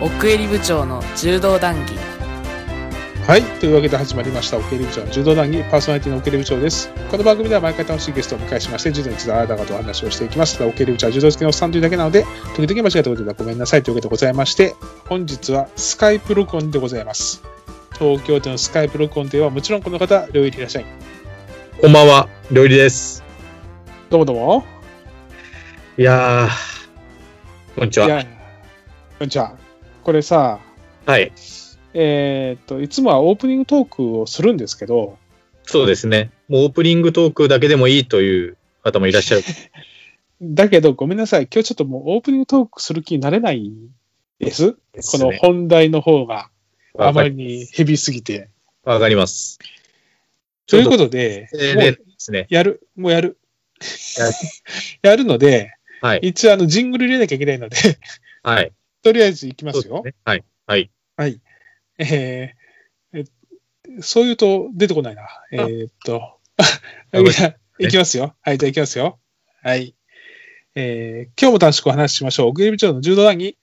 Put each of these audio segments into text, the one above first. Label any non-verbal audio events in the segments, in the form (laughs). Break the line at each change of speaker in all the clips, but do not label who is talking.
奥襟部長の柔道談義
はい。というわけで始まりました、オケリ部長の柔道談義、パーソナリティのオケリ部長です。この番組では毎回楽しいゲストをお迎えしまして、柔道についてあなたがとお話をしていきます。ただ、オケリ部長は柔道好きのおっさんというだけなので、時々間違えたことではごめんなさいというわけでございまして、本日はスカイプ録音でございます。東京でのスカイプ録音ではもちろんこの方、両入りいらっしゃい。
こんばんは、りょうりです。
どうもどうも。
いやー、こんにち
い
は。
やこんにちは。これさ、
はい、
えーっと、いつもはオープニングトークをするんですけど、
そうですね。もうオープニングトークだけでもいいという方もいらっしゃる。
だけどごめんなさい、今日ちょっともうオープニングトークする気になれないです。この
ですね
本題の方があ
わか
ま
り
りにヘビーすぎて。
わかります。
ということとで、も
で
う
ですね。
やる、もうやる。 (laughs) やるので、
はい、
一応あのジングル入れなきゃいけないので、 (laughs)
はい。
とりあえずいきま
そう
す
で
よ。
ね。はい、はい。
はい。えーえそう言うと出てこないな。えーっと、
あごめん
(laughs) いやいきますよ。はい、じゃあいきますよ。はい。えー今日も楽しくお話ししましょう。奥入部長の柔道談義。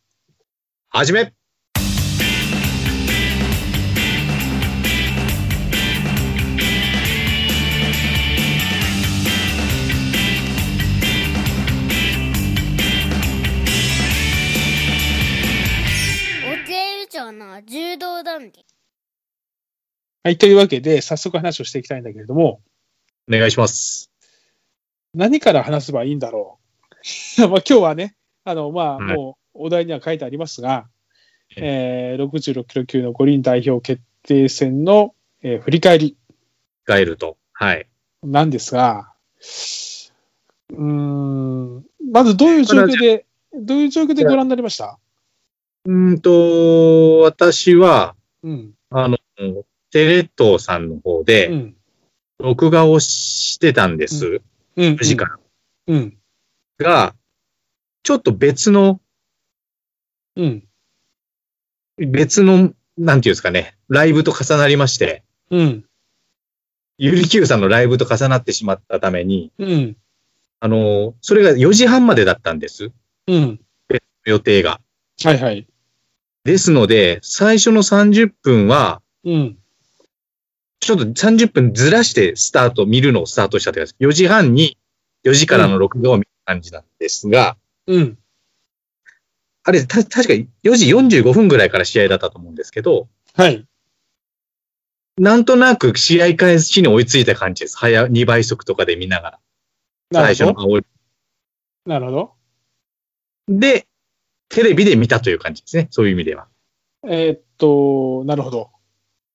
はじめ
お手部長の柔道談義。
はい、というわけで、早速話をしていきたいんだけれども、
お願いします。
何から話せばいいんだろう。 (laughs) まあ今日はね、あの、まあ、
はい
もうお題には書いてありますが、え
え
ー66キロ級の五輪代表決定戦の、えー振り返り
ガエルと。はい。
なんですが、うーん、まずどういう状況で、どういう状況でご覧になりました
うーんと、私は、
うん。
あの、テレ東さんの方
う
で、
ん。
録画をしてたんです。
うん。
9時から。
うん。
が、ちょっと別の
うん。
別の、なんていうんですかね、ライブと重なりまして、
うん。
ゆりきゅうさんのライブと重なってしまったために、
うん。
あの、それが4時半までだったんです、
うん。
予定が。
はいはい。
ですので、最初の30分は、
うん。
ちょっと30分ずらしてスタート、見るのをスタートしたというか、4時半に4時からの録画を見る感じなんですが、
うん。
あれ、た、確か4時45分ぐらいから試合だったと思うんですけど、
はい。
なんとなく試合開始に追いついた感じです。早、2倍速とかで見ながら。
な
最
るほ
初の
ど。
青い
なるほど。
で、テレビで見たという感じですね。そういう意味では。
えーっと、なるほど。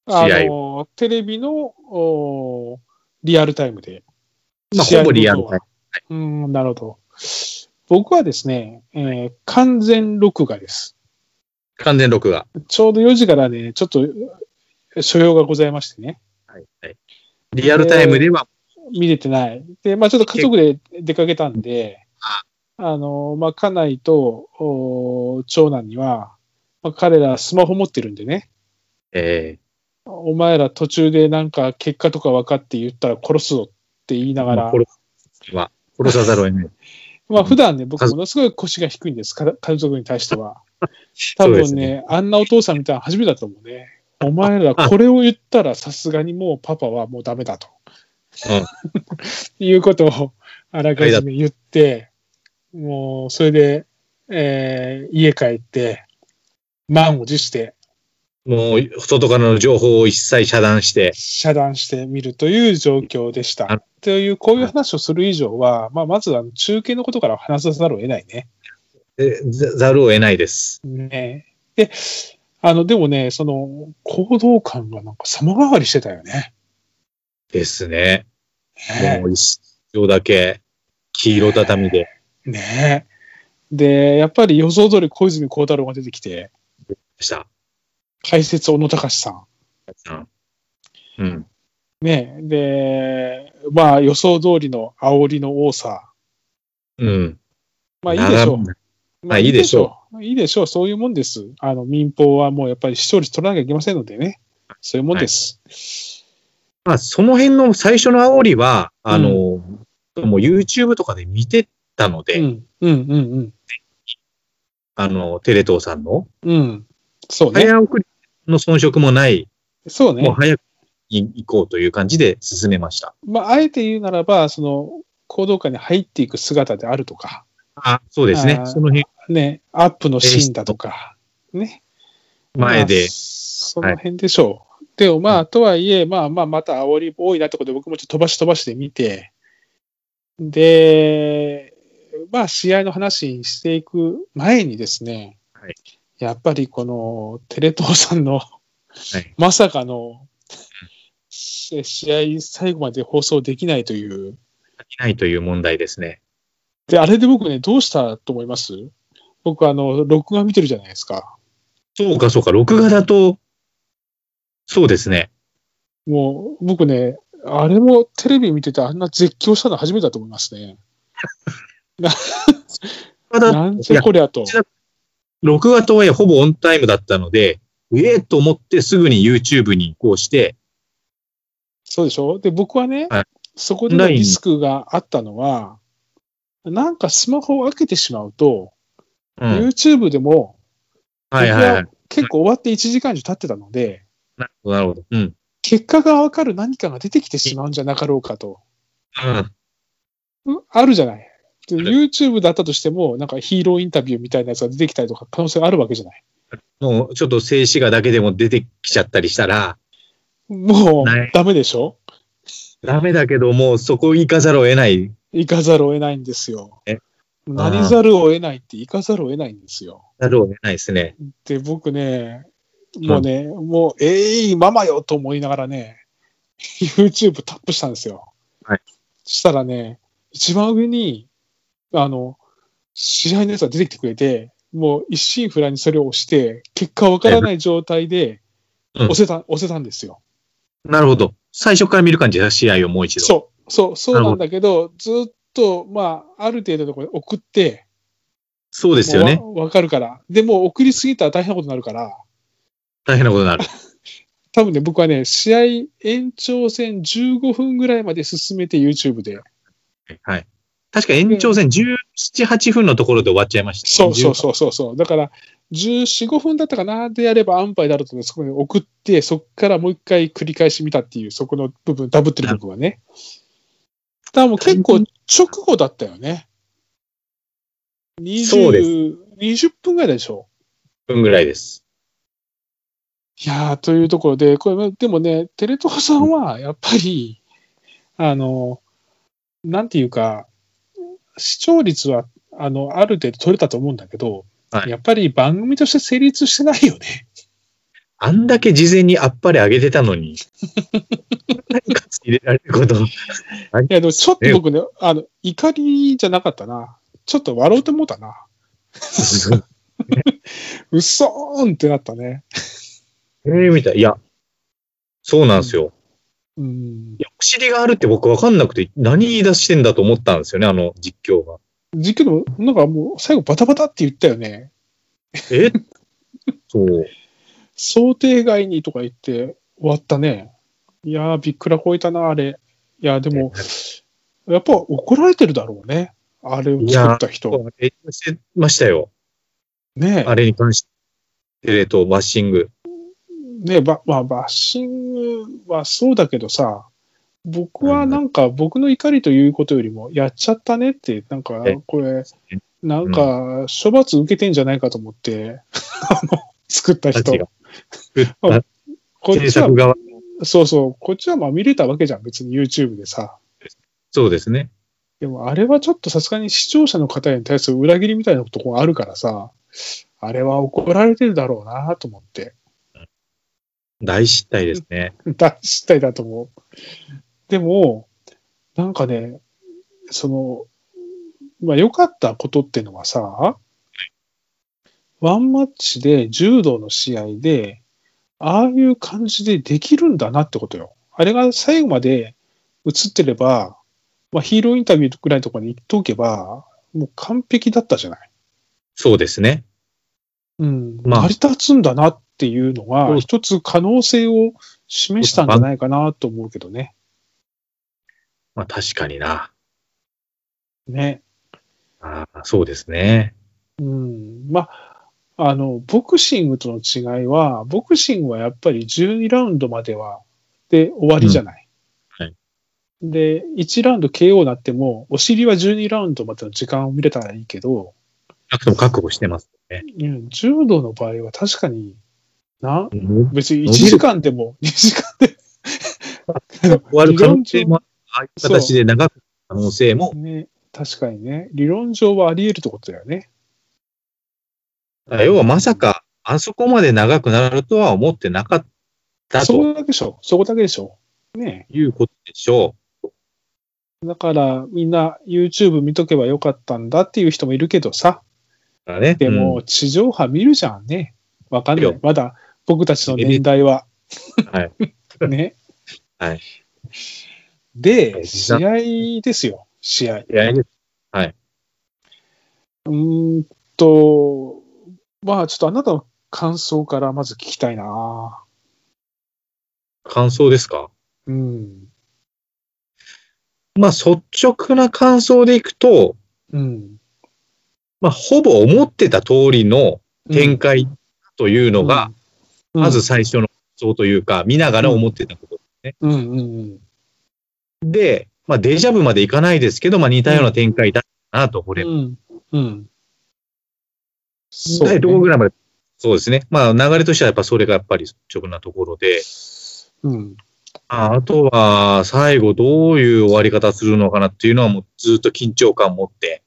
あ
試合
の、テレビのおーリアルタイムで。
まあ、
試合
ほぼリアルタイム。
うーん、なるほど。僕はですね、えー完全録画です。
完全録画。
ちょうど4時からね、ちょっと所要がございましてね、
はい。はい、リアルタイムでは、
見れてない。で、まあちょっと家族で出かけたんで、あの、まあ家内とおー長男には、まあ、彼らスマホ持ってるんでね、
え
お前ら途中でなんか結果とか分かって言ったら殺すぞって言いな
ー、
がら、
殺すは、殺さざるを得ない。
まあ普段ね、僕
家
も
族
のすごい腰が低いんです、か家族に対しては。 (laughs) 多
そうで
分
す
ね、。あんなお父さんみたいなの初めてだと思うね。お前らこれを言ったらさすがにもうパパはもうダメだと。 (laughs) いうことをあらかじめ言って、もうそれで、えー家帰って、満を持して
うん。もう、外からの情報を一切遮断して、
遮断してみるという状況でし
な
た
る。
という、こういう話をする以上は、まあ、まずは中継のことから話さざるを得ないね。
えざざるを得ないです。
ねで、あの、でもね、その、行動感がなんか様変わりしてたよね。
ですね。
ね
もう一生だけ、黄色畳で。
ねで、やっぱり予想通り小泉孝太郎が出てきて、
した。
解説小野隆さん。
うん。うん。
ねで、まあ予想通りの煽りの多さ。
うん。
まあいいでしょう
並。ぶ
まあ
はい
いいでしょ。
いう
いいでしょう。そういうもんです。あの、民放はもうやっぱり視聴率取らなきゃいけませんのでね。そういうもんです。
まあ、その辺の最初の煽りは、あの、もう YouTube とかで見てたので、
うん、うん、うん、
あの、テレ東さんの、
うん。うん。そうね。
早送りの遜色もない、
そう
もう
ね。
早く行こうという感じで進めました。
まあ、あえて言うならば、その、行動下に入っていく姿であるとか、
あ、そうです
あ
ね。
ー
その辺、
ね、アップのシーンだとか、ね。
前
ま
で
あ。その辺でしょう。でもまあ、とはいえ、まあまあ、また煽り多いなってことで、僕もちょっと飛ばし飛ばしで見て、で、まあ、試合の話にしていく前にですね、
はい
やっぱりこの、テレ東さんの、
い
まさかの、し試合最後まで放送できないという。
いないという問題ですね。
で、あれで僕ね、どうしたと思います僕、あの、録画見てるじゃないですか。
そうか、そうか、録画だと、そうですね。
もう、僕ね、あれもテレビ見ててあんな絶叫したの初めてだと思いますね。
ただ、
なんじゃこりゃと。
録画とはいえほぼオンタイムだったので、ええと思ってすぐに YouTube に移行して、
そうでしょで、僕はね
はい、
そこでのリスクがあったのは、なんかスマホを開けてしまうと、
うん。
YouTube でも
はいはいはい。
結構終わって1時間以上経ってたので、
なるほど、なるほど。うん。
結果がわかる何かが出てきてしまうんじゃなかろうかと。
うん。
うんあるじゃない。で
ある
YouTube だったとしても、なんかヒーローインタビューみたいなやつが出てきたりとか可能性があるわけじゃない。
もう、ちょっと静止画だけでも出てきちゃったりしたら、
もう
ない、
ダメでしょ
ダメだけど、もうそこ行かざるを得ない。
行かざるを得ないんですよ
え。
なりざるを得ないって行かざるを得ないんですよ。
ざるを得ないですね。
で、僕ね、もうね、もう、えい、ママよと思いながらね、YouTube タップしたんですよ。
はい。
したらね、一番上に、あの、試合のやつが出てきてくれて、もう一心不乱にそれを押して、結果わからない状態で、
うん
押せた、押せたんですよ。
なるほど。最初から見る感じだ、試合をもう一度。
そう、そう、そう
なる
な
ほ
んだけど、ずっと、まあ、ある程度のところに送って、
そうですよね
も。うわわかるから。でも、送りすぎたら大変なことになるから、
大変なことになる。
多分ね、僕はね、試合延長戦15分ぐらいまで進めて YouTube で。
はい。確か延長戦17、8分のところで終わっちゃいました。
そうそうそうそうそう。だから、14、5分だったかなでやれば安牌だろうと思って、そこに送って、そこからもう一回繰り返し見たっていう、そこの部分、ダブってる部分はね。だからもう結構直後だったよね。
そうです
20、20分ぐらいでしょ。
10分ぐらいです。
いやー、というところで、これ、でもね、テレ東さんは、やっぱり、あの、なんていうか、視聴率は、あの、ある程度取れたと思うんだけど、
はい
やっぱり番組として成立してないよね。
あんだけ事前にあっぱれあげてたのに、何か入れられること。
いや、でもちょっと僕ね、あの、怒りじゃなかったな。ちょっと笑うと思うたな。うっそーんってなったね。
ええみたい。いや、そうなんですよ。
うん
い。や、お尻があるって僕わかんなくて、何言い出してんだと思ったんですよね、あの実況が。
実況でも、なんかもう、最後バタバタって言ったよね。 (laughs)
えそう。
想定外にとか言って終わったね。いやー、びっくらこいたな、あれ。いやー、でも、やっぱ怒られてるだろうね。あれを作った人。
そうえしてましたよ。
ね
あれに関して。テレ東バッシング。
ねば、まあ、バッシングはそうだけどさ、僕はなんか、僕の怒りということよりも、やっちゃったねって、なんか
え、
これ、なんか、処罰受けてんじゃないかと思って、 (laughs) あの作った
た
人
ち。が。あ
こっ
制
ちは
作、側。
そうそう、こっちはまあ見れたわけじゃん、別に YouTube でさ。
そうですね。
でもあれはちょっとさすがに視聴者の方に対する裏切りみたいなとこがあるからさ、あれは怒られてるだろうなと思って。
大失態ですね。
(laughs) 大失態だと思う。でも、なんかね、その、まあ良かったことってのはさ、ワンマッチで柔道の試合で、ああいう感じでできるんだなってことよ。あれが最後まで映ってれば、まあ、ヒーローインタビューぐらいのところに行っておけば、もう完璧だったじゃない。
そうですね。
うん、
まあ
成り立つんだなっていうの
そう
が、一つ可能性を示したんじゃないかなと思うけどね。
まあ確かにな。
ね。
ああそうですね。
うん。まあ、あの、ボクシングとの違いは、ボクシングはやっぱり12ラウンドまでは、で終わりじゃない。
うんはい
で、1ラウンド KO になっても、お尻は12ラウンドまでの時間を見れたらいいけど、
なくとも覚悟してますね。
うん柔道の場合は確かに、な、
終
別に1時間でも2時間でも。
わる可能性も、ああいう形で長く可能性も
ね、確かにね。理論上はあり得るってことだよね。
要はまさか、あそこまで長くなるとは思ってなかった
そ
と
こだけでしょ。そこだけでしょ。ね
いうことでしょ
だから、みんな YouTube 見とけばよかったんだっていう人もいるけどさ。
う。だからね。
で
う
も、地上波見るじゃんね。わかんな
見る
い。まだ、僕たちの年代は。
はい。
(laughs) ね。
はい。
で、試合ですよ。試合。
ん、いや
うーんと、まあ、ちょっとあなたの感想からまず聞きたいな。
感想ですか
うん。
まあ、率直な感想でいくと、
うん。
まあ、ほぼ思ってた通りの展開というのが、
うん、
まず最初の感想というか、見ながら思ってたこと。
うん、うんうん
で、まあ、デジャブまでいかないですけど、まあ、似たような展開だったなと、こ
う
れ。
ん。うん。そう
第
ね
どこぐらいまでそうですね。まあ、流れとしてはやっぱそれがやっぱり率直なところで、
うん。
ああとは、最後どういう終わり方するのかなっていうのはもうずっと緊張感持って、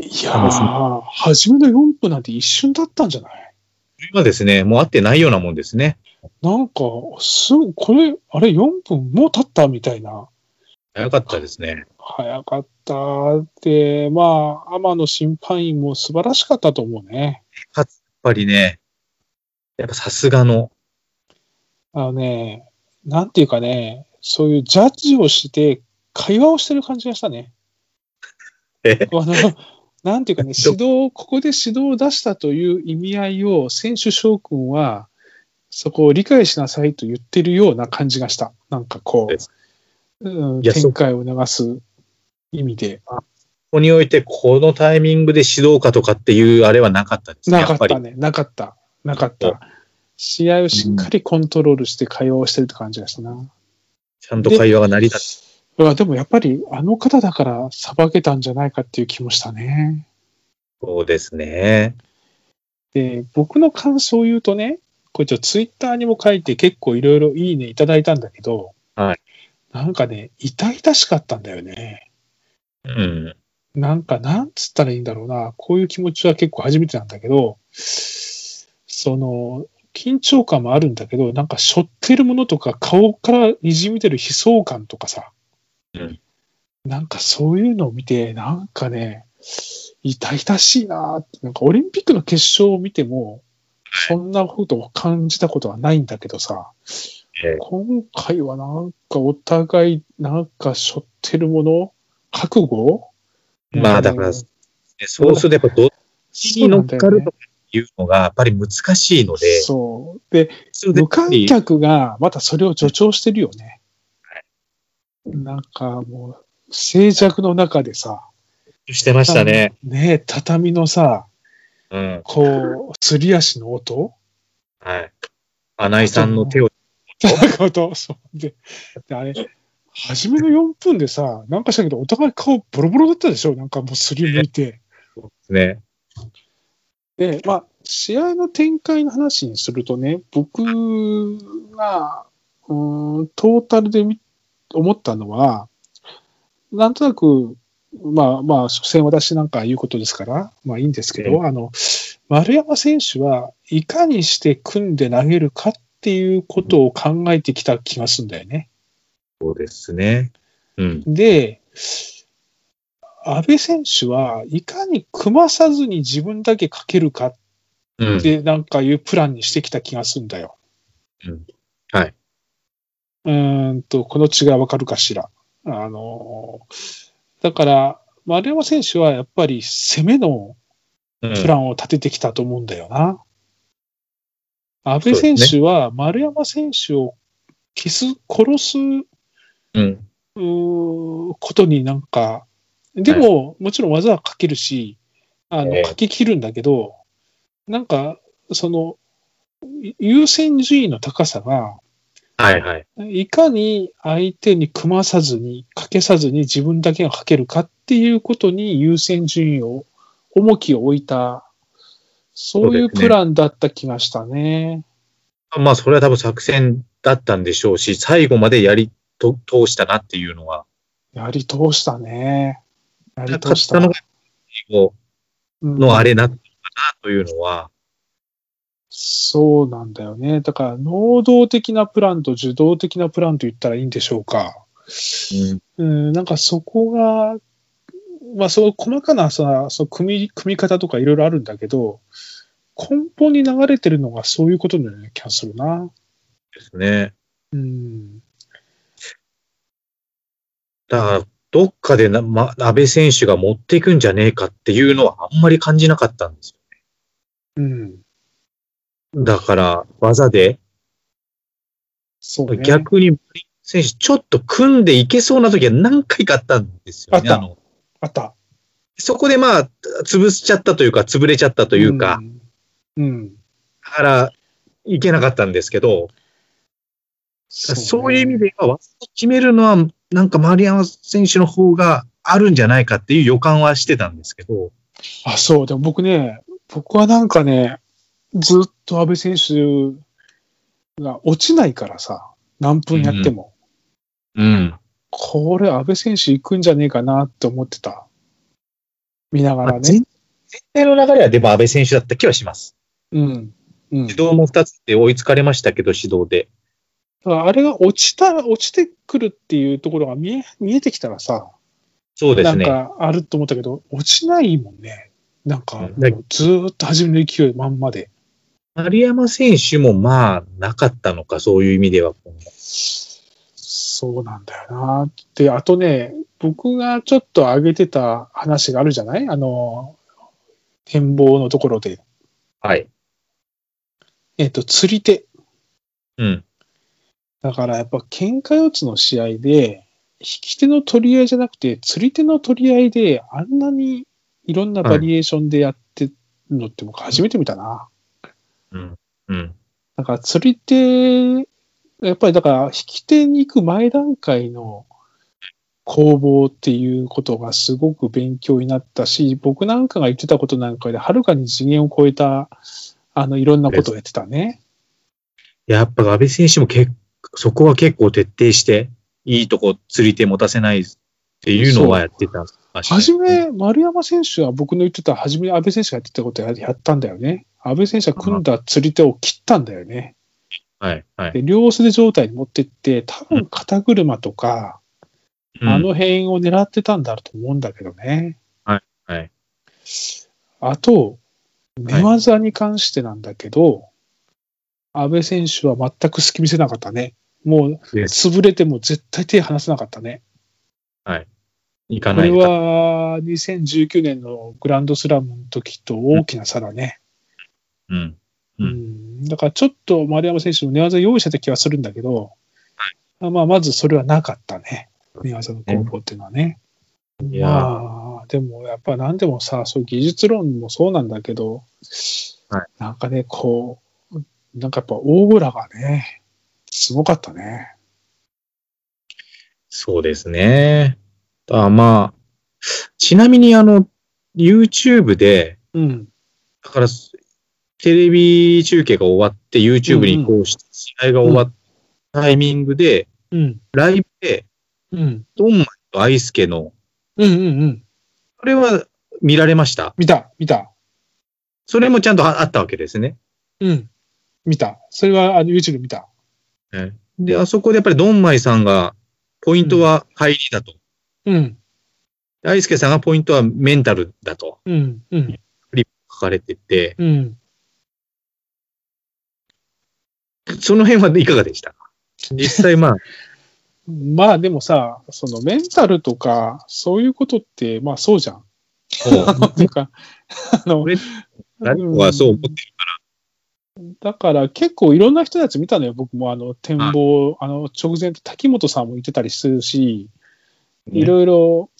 いやー、初めの4分なんて一瞬だったんじゃない
今ですね、もう会ってないようなもんですね。
なんか、すぐ、これ、あれ、4分もう経ったみたいな。
早かったですね。
早かった。で、まあ、天野審判員も素晴らしかったと思うね。
かつ、やっぱりね、やっぱさすがの、 (laughs)
あのね、なんていうかね、そういうジャッジをして、会話をしてる感じがしたね。
え
(laughs) あの、なんていうかね、指導、ここで指導を出したという意味合いを、選手諸君は、そこを理解しなさいと言ってるような感じがした。なんかこ
です
う、うん、
いやそ
展
う
開を促す意味で。
ここにおいてこのタイミングで指導かとかっていうあれはなかったですね。
な
や
かっ
っぱり
た。ね、なかった、なかっ
そう
た。試合をしっかりコントロールして会話をしてるって感じがしたな。
ちゃんと会話が成り立って
うわでもやっぱりあの方だから裁けたんじゃないかっていう気もしたね。
そうですね。
で、僕の感想を言うとね、これちょっとツイッターにも書いて結構いろいろいいねいただいたんだけど、
はい
なんかね、痛々しかったんだよね。
うん。
なんか、なんつったらいいんだろうな。こういう気持ちは結構初めてなんだけど、その、緊張感もあるんだけど、なんか背負ってるものとか顔から滲み出る悲壮感とかさ、
うん
なんかそういうのを見て、なんかね、痛々しいなーって、なんかオリンピックの決勝を見ても、そんなことを感じたことはないんだけどさ、
ええ
今回はなんかお互い、なんか背負ってるもの、覚悟
まあだから、そうするとやっぱどっちに乗っかるとかいうのがやっぱり難しいので、
そう。で、
そう
無観客がまたそれを助長してるよね。なんかもう、静寂の中でさ、
してましたね。
ねえ畳のさ、
うん。
こう、すり足の音 (laughs)
はい。穴井さんの手を、
なんか音そうで、であれ、初めの4分でさ、なんかしたけど、お互い顔ボロボロだったでしょなんかもうすりむいて。
ね。
で、まあ、試合の展開の話にするとね、僕が、うーん、トータルで見思ったのは、なんとなく、まあまあ、所詮私なんか言うことですから、まあいいんですけど、あの、丸山選手はいかにして組んで投げるかっていうことを考えてきた気がするんだよね。
そうですね。うん。
で、安倍選手はいかに組まさずに自分だけかけるか
うん。
で、なんかいうプランにしてきた気がするんだよ。
うんはい。
うーんと、この違いわかるかしら。あのー、だから、丸山選手はやっぱり攻めの
うん
プランを立ててきたと思うんだよな。安
そう
倍
ですね
選手は丸山選手を消す、殺すう
うん。
ーことになんか、でも、もちろん技はかけるし、あの、
ええ
かけきるんだけど、なんか、その、い優先順位の高さが、
はいはい。
いかに相手に組まさずに、かけさずに自分だけがかけるかっていうことに優先順位を、重きを置いた、そうい
そう
う
ですね
プランだった気がしたね。
まあ、それは多分作戦だったんでしょうし、最後までやりと通したなっていうのは、
やり通したね。やり
勝
通
っ
した
たのが、英語
うん
のあれなのかなというのは、
そうなんだよね。だから、能動的なプランと受動的なプランと言ったらいいんでしょうか。う
うん、
ん、なんかそこが、まあ、その細かなさ、その組み、組み方とかいろいろあるんだけど、根本に流れてるのがそういうことのような気がするな。
ですね。
うん。
だから、どっかでな、ま、安倍選手が持っていくんじゃねえかっていうのはあんまり感じなかったんです
うん。
よ。だから、技で、
そうね。
逆に、選手、ちょっと組んでいけそうな時は何回かあったんですよね。
あった
の
あった。
そこでまあ、潰しちゃったというか、潰れちゃったというか、
うん。うん。
だから、いけなかったんですけど、そう,、いう意味
で。
では、技を決めるのは、なんか丸山選手の方があるんじゃないかっていう予感はしてたんですけど、
あ、そう。でも僕ね、僕はなんかね、ずっと安倍選手が落ちないからさ、何分やっても。
うん。
これ、安倍選手行くんじゃねえかなって思ってた。見なが
ま
ら
あ、全
ね。
全体の流れはでも安倍選手だった気はします。
うん。うん。
指導も2つで追いつかれましたけど、指導で。
だからあれが落ちた、落ちてくるっていうところが見え、見えてきたらさ、
そうで
な
す
ん
ね。
かあると思ったけど、落ちないもんね。なんか、もう
う
ん
だ
ずーっと初めの勢いまんまで。
丸山選手もまあ、なかったのか、そういう意味では。
そうなんだよな。で、あとね、僕がちょっと上げてた話があるじゃないあの、展望のところで。
はい。
えっ、と、釣り手。
うん。
だからやっぱ喧嘩四つの試合で、引き手の取り合いじゃなくて、釣り手の取り合いで、あんなにいろんなバリエーションでやってるのって僕初めて見たな。
うん。うん。
だから釣り手、やっぱりだから引き手に行く前段階の攻防っていうことがすごく勉強になったし、僕なんかが言ってたことなんかよりはるかに次元を超えた、あの、いろんなことをやってたね。
やっぱ安倍選手も結そこは結構徹底して、いいとこ釣り手持たせないっていうのはやってた。
はじめ、丸山選手は僕の言ってた、はじめ安倍選手がやってたことややったんだよね。安倍選手は組んだ釣り手を切ったんだよね。
はい、はい。
で、両素手状態に持ってって、多分肩車とか、
うん
あの辺を狙ってたんだろうと思うんだけどね。
はいはい。
あと、寝技に関してなんだけど、安倍選手は全く隙見せなかったね。もう、
です
潰れても絶対手離さなかったね。
行か
こ
な
れ
いか。
は2019年のグランドスラムの時と大きな差だね。
うん。
う
うん
んだからちょっと丸山選手も寝技用意してた気はするんだけど、まあ、まずそれはなかったね。寝技の攻防っていうのはね。
いや
まあ、でもやっぱ何でもさ、そういう技術論もそうなんだけど、
は
なんかね、こう、なんかやっぱ大村がね、すごかったね。
そうですね。あまあ、ちなみにあの、YouTube で、
うん。
だから、テレビ中継が終わって、YouTube に移行して、試合が終わったタイミングで、
うん。
ライブで、
うん。
ドンマイとアイスケの、
うんうんうん。
それは見られました
見た、見た。
それもちゃんとああったわけですね。
うん。見た。それはあの YouTube 見た。
で、あそこでやっぱりドンマイさんが、ポイントは入りだと。
うん。
アイスケさんがポイントはメンタルだと
うん。うん。
書かれてて、
うん。
その辺はいかがでしたか実際まあ、
まあでもさ、そのメンタルとか、そういうことって、まあそうじゃ
(laughs)
ん。 (laughs) なんか、あの、
俺誰もがそう思ってる。
だから結構いろんな人たち見たのよ、僕もあの展望、あの直前、滝本さんも言ってたりするし、いろいろ、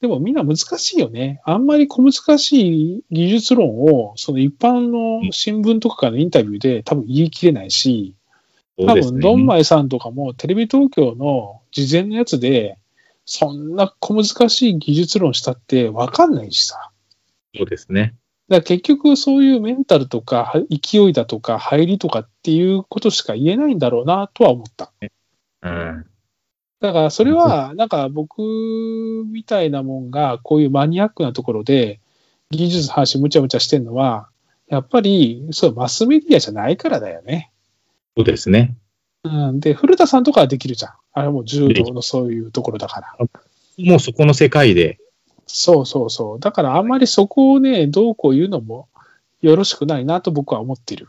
でもみんな難しいよね。あんまり小難しい技術論を、その一般の新聞とかからのインタビューで多分言い切れないし、
そ
多
うです
分
ね
ドンマイさんとかもテレビ東京の事前のやつで、そんな小難しい技術論したって分かんないしさ。
そうですね。
だから結局そういうメンタルとかは勢いだとか入りとかっていうことしか言えないんだろうなとは思った。
うん。
だからそれは、なんか僕みたいなもんが、こういうマニアックなところで、技術の話むちゃむちゃしてるのは、やっぱり、そう、マスメディアじゃないからだよね。
そうですね。
うん。で、古田さんとかはできるじゃん。あれはもう柔道のそういうところだから。
もうそこの世界で、
そうそうそう。だからあんまりそこをね、どうこう言うのもよろしくないなと僕は思ってる。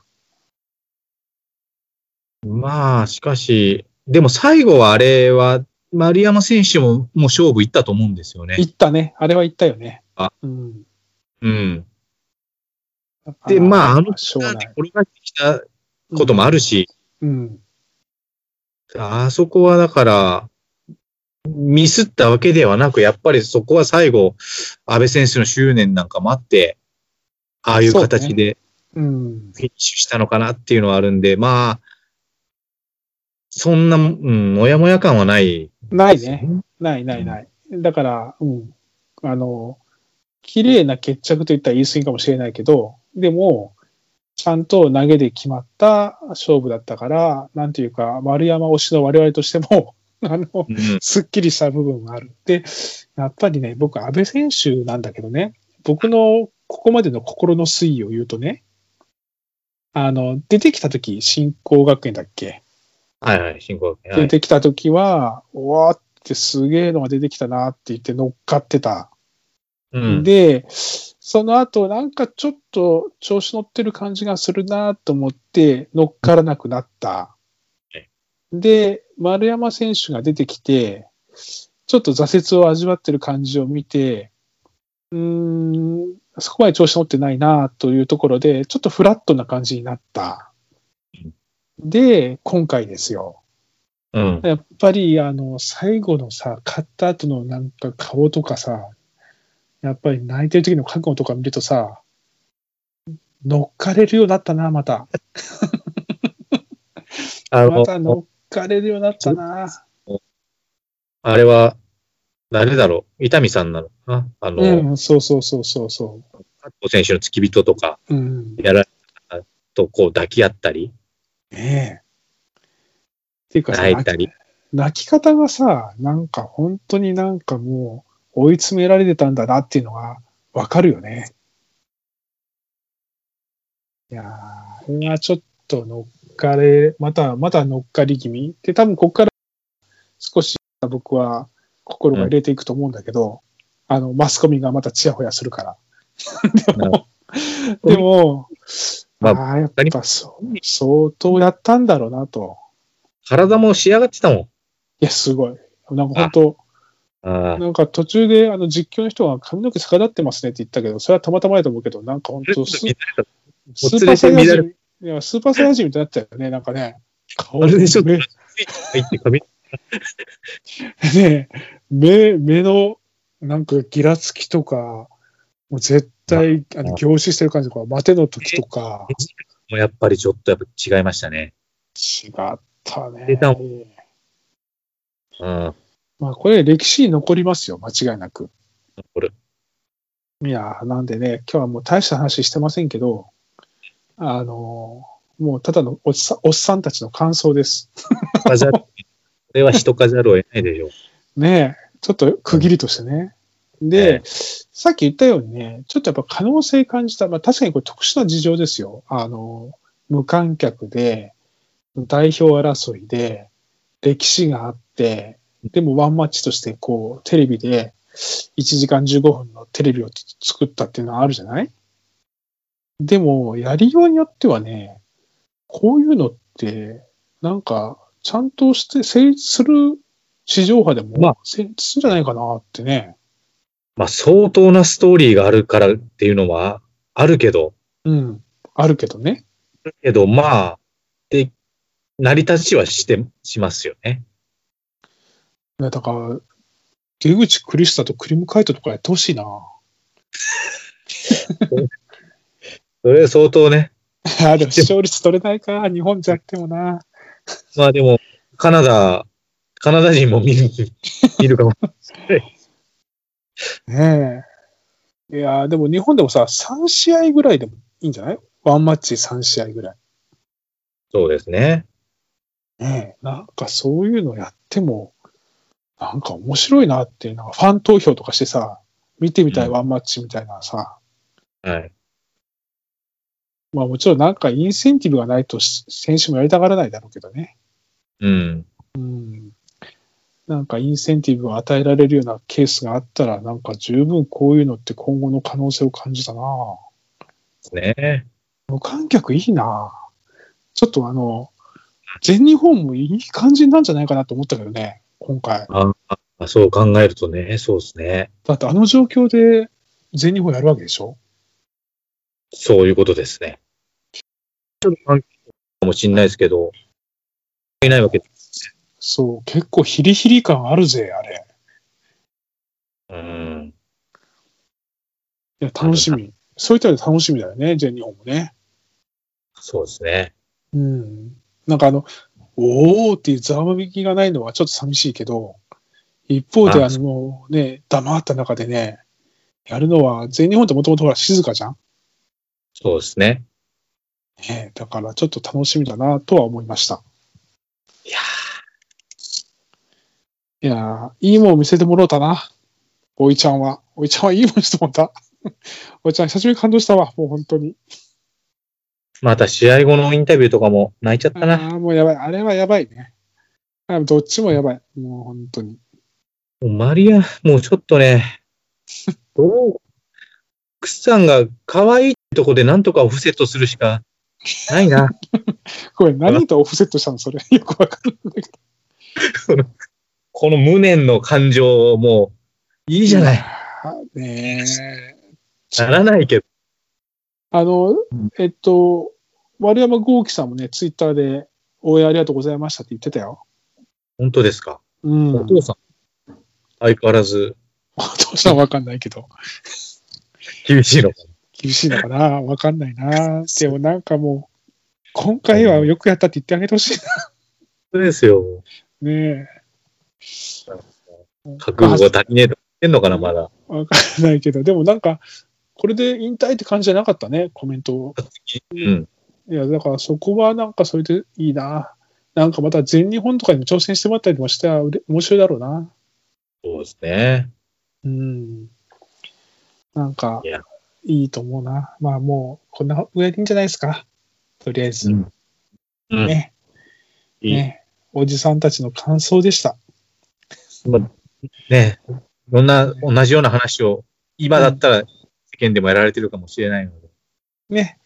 まあ、しかし、でも最後はあれは、丸山選手ももう勝負いったと思うんですよね。
言ったね。あれは言ったよね。
あ
うん。
うん。で、まあ、あの、
しょうがない。
転がってきたこともあるし、
うん。
あそこはだから、ミスったわけではなく、やっぱりそこは最後、安倍選手の執念なんかもあって、ああいう形で
うん。
フィニッシュしたのかなっていうのはあるんで、まあ、そんな、うん、もやもや感はない、
ないね。。ないないない。だから、うん。あの、綺麗な決着といったら言い過ぎかもしれないけど、でも、ちゃんと投げで決まった勝負だったから、なんていうか、丸山推しの我々としても、 (laughs) あの、
うん。
すっきりした部分がある。で、やっぱりね、僕、安倍選手なんだけどね、僕のここまでの心の推移を言うとね、あの、出てきた時、新興学園だっけ
はいはい、進行。はい
出てきたときは、うわーってすげえのが出てきたなって言って乗っかってた。
うん、
で、その後、なんかちょっと調子乗ってる感じがするなと思って乗っからなくなった
え。
で、丸山選手が出てきて、ちょっと挫折を味わってる感じを見て、うーん、そこまで調子乗ってないなというところで、ちょっとフラットな感じになった。で、今回ですよ。
うん。
やっぱり、あの、最後のさ、勝った後のなんか顔とかさ、やっぱり泣いてる時の覚悟とか見るとさ、乗っかれるようになったな、また。ま
あの、
た乗っかれるようになったな。
あれは、誰だろう伊丹さんなのかなあの、
うん、そうそうそうそうそ
加藤選手の付き人とか、
う。うん。
やられたとこう抱き合ったり、
ねえ。っていうかさ
泣いたり。
泣き方がさ、なんか本当になんかもう追い詰められてたんだなっていうのがわかるよね。いやー、これはちょっと乗っかれ、また、また乗っかり気味。で、多分ここから少し僕は心が入れていくと思うんだけど、あの、マスコミがまたチヤホヤするから。でも、でも、
まあ
ああ、やっぱそう、相当やったんだろうなと。
体も仕上がってたも
いや、すごい。なんか本当、
ん。ああ
なんか途中であの実況の人が髪の毛逆立ってますねって言ったけど、それはたまたまやと思うけど、なんか本当、ス
ちょっと見られた
ス
もつ
ーパー
れて
サイヤ
乱れ
人いやスーパーサイヤ人みたいになったよね、なんかね。顔
あれでしょ
目
入って髪、
ね目、 (laughs) 目の、なんかギラつきとか、もう絶対、あの、凝視してる感じとか、待ての時とか、
もやっぱりちょっとやっぱ違いましたね。
違ったね
出た。うん。
まあ、これ歴史に残りますよ、間違いなく。
これ。
いやー、なんでね、今日はもう大した話してませんけど、あのーもうただのおっさんおっさんたちの感想です。
飾る。これは人飾るを得ないでしょう。 (laughs)
ねえ、ちょっと区切りとしてね。で、さっき言ったようにね、ちょっとやっぱ可能性感じた、まあ確かにこれ特殊な事情ですよ。あのー無観客で、代表争いで、歴史があって、でもワンマッチとしてこう、テレビで1時間15分のテレビを作ったっていうのはあるじゃないでも、やりようによってはね、こういうのって、なんか、ちゃんとして成立する地上波で
まあ
も成立するんじゃないかなってね。
まあ相当なストーリーがあるからっていうのはあるけど、
うん。あるけどね。
けどまあ、で、成り立ちはして、しますよね。
だから、出口クリスタとクリムカイトとかやってほし (laughs) いな。
それは相当ね。
あ (laughs) あ、でも視聴率取れないか。日本じゃなくてもな。
まあでも、カナダ、カナダ人も見る、見るかも。
ねえ。いやーでも日本でもさ、3試合ぐらいでもいいんじゃないワンマッチ3試合ぐらい。
そうですね。
ねえ。なんかそういうのやっても、なんか面白いなっていう、なんかファン投票とかしてさ、見てみたい
うん
ワンマッチみたいなさ、
はい。
まあもちろんなんかインセンティブがないとし選手もやりたがらないだろうけどね。
うん。
うん。なんかインセンティブを与えられるようなケースがあったら、なんか十分こういうのって今後の可能性を感じたな
ですね。
無観客いいなちょっとあの、全日本もいい感じになんじゃないかなと思ったけどね、今回。
ああそう考えるとね、そうですね。
だってあの状況で全日本やるわけでしょ
そういうことですね。ちょっと関係かもしれないですけど、いないわけで
そう、結構ヒリヒリ感あるぜ、あれ。
うん。
いや、楽しみ。そういった意味で楽しみだよね、全日本もね。
そうですね。
うん。なんかあの、おーっていうざわめきがないのはちょっと寂しいけど、一方で
あ
あの、もうね、黙った中でね、やるのは、全日本ってもともとほら静かじゃん
そうですね。
ねえ、だからちょっと楽しみだなとは思いました。
いや
いやーいいもん見せてもらおうたな。おいちゃんは。おいちゃんはいいもん (laughs) してもらった。おいちゃん、久しぶりに感動したわ。もう本当に。
また試合後のインタビューとかも泣いちゃっ
あ
たな。
ーもうやばい。あれはやばいね。あどっちもやばい。もう本当に。
もうマリア、もうちょっとね、どう、クスさんが可愛いってとこでなんとかオフセットするしかないな。
これ何とオフセットしたのそれ。 (laughs) よくわかるんないんだけど。
この無念の感情をもう、いいじゃない。
あねえ。
ならないけど。
あの
ん、
えっと、丸山豪樹さんもね、ツイッターで、応援ありがとうございましたって言ってたよ。
本当ですか。
うん。
お父さん、相変わらず
お父さんわかんないけど。
厳しいのか
厳しいのかなわかんないな。でもなんかもう、今回はよくやったって言ってあげてほしい
そうですよ。
な。ねえ。
覚悟が足りねえとか言ってんのかな、まだ。
わかんないけど、でもなんか、これで引退って感じじゃなかったね、コメントを。
うん。
いや、だからそこはなんかそれでいいな。なんかまた全日本とかにも挑戦してもらったりもしたらうれ面白いだろうな。
そうですね。
うん。なんか
いや、
いいと思うな。まあもう、こんな上でいいんじゃないですか。とりあえず。
うんうん
ね。
いい。
ね。おじさんたちの感想でした。
まあねいろんな、同じような話を、今だったら世間でもやられてるかもしれないので。
ね。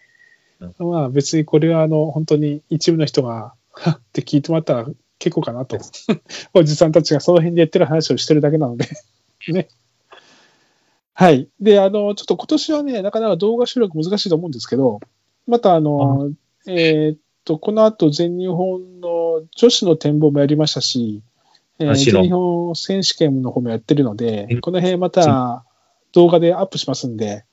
まあ別にこれはあの本当に一部の人が、はっって聞いてもらったら結構かなと。 (laughs) おじさんたちがその辺でやってる話をしてるだけなので。 (laughs) ね。はい。で、あの、ちょっと今年はね、なかなか動画収録難しいと思うんですけど、またあの、えーっと、この後全日本の女子の展望もやりましたし、えー
男子の
全日本選手権の方もやってるので
うん、
この辺また動画でアップしますんで、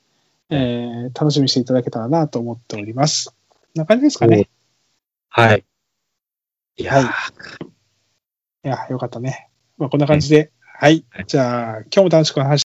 えー楽しみにしていただけたらなと思っております。こんな感じですかね。
はい。いや
い
ー、
や、よかったね。まあ、こんな感じで。はい。じゃあ、今日も楽しくお話し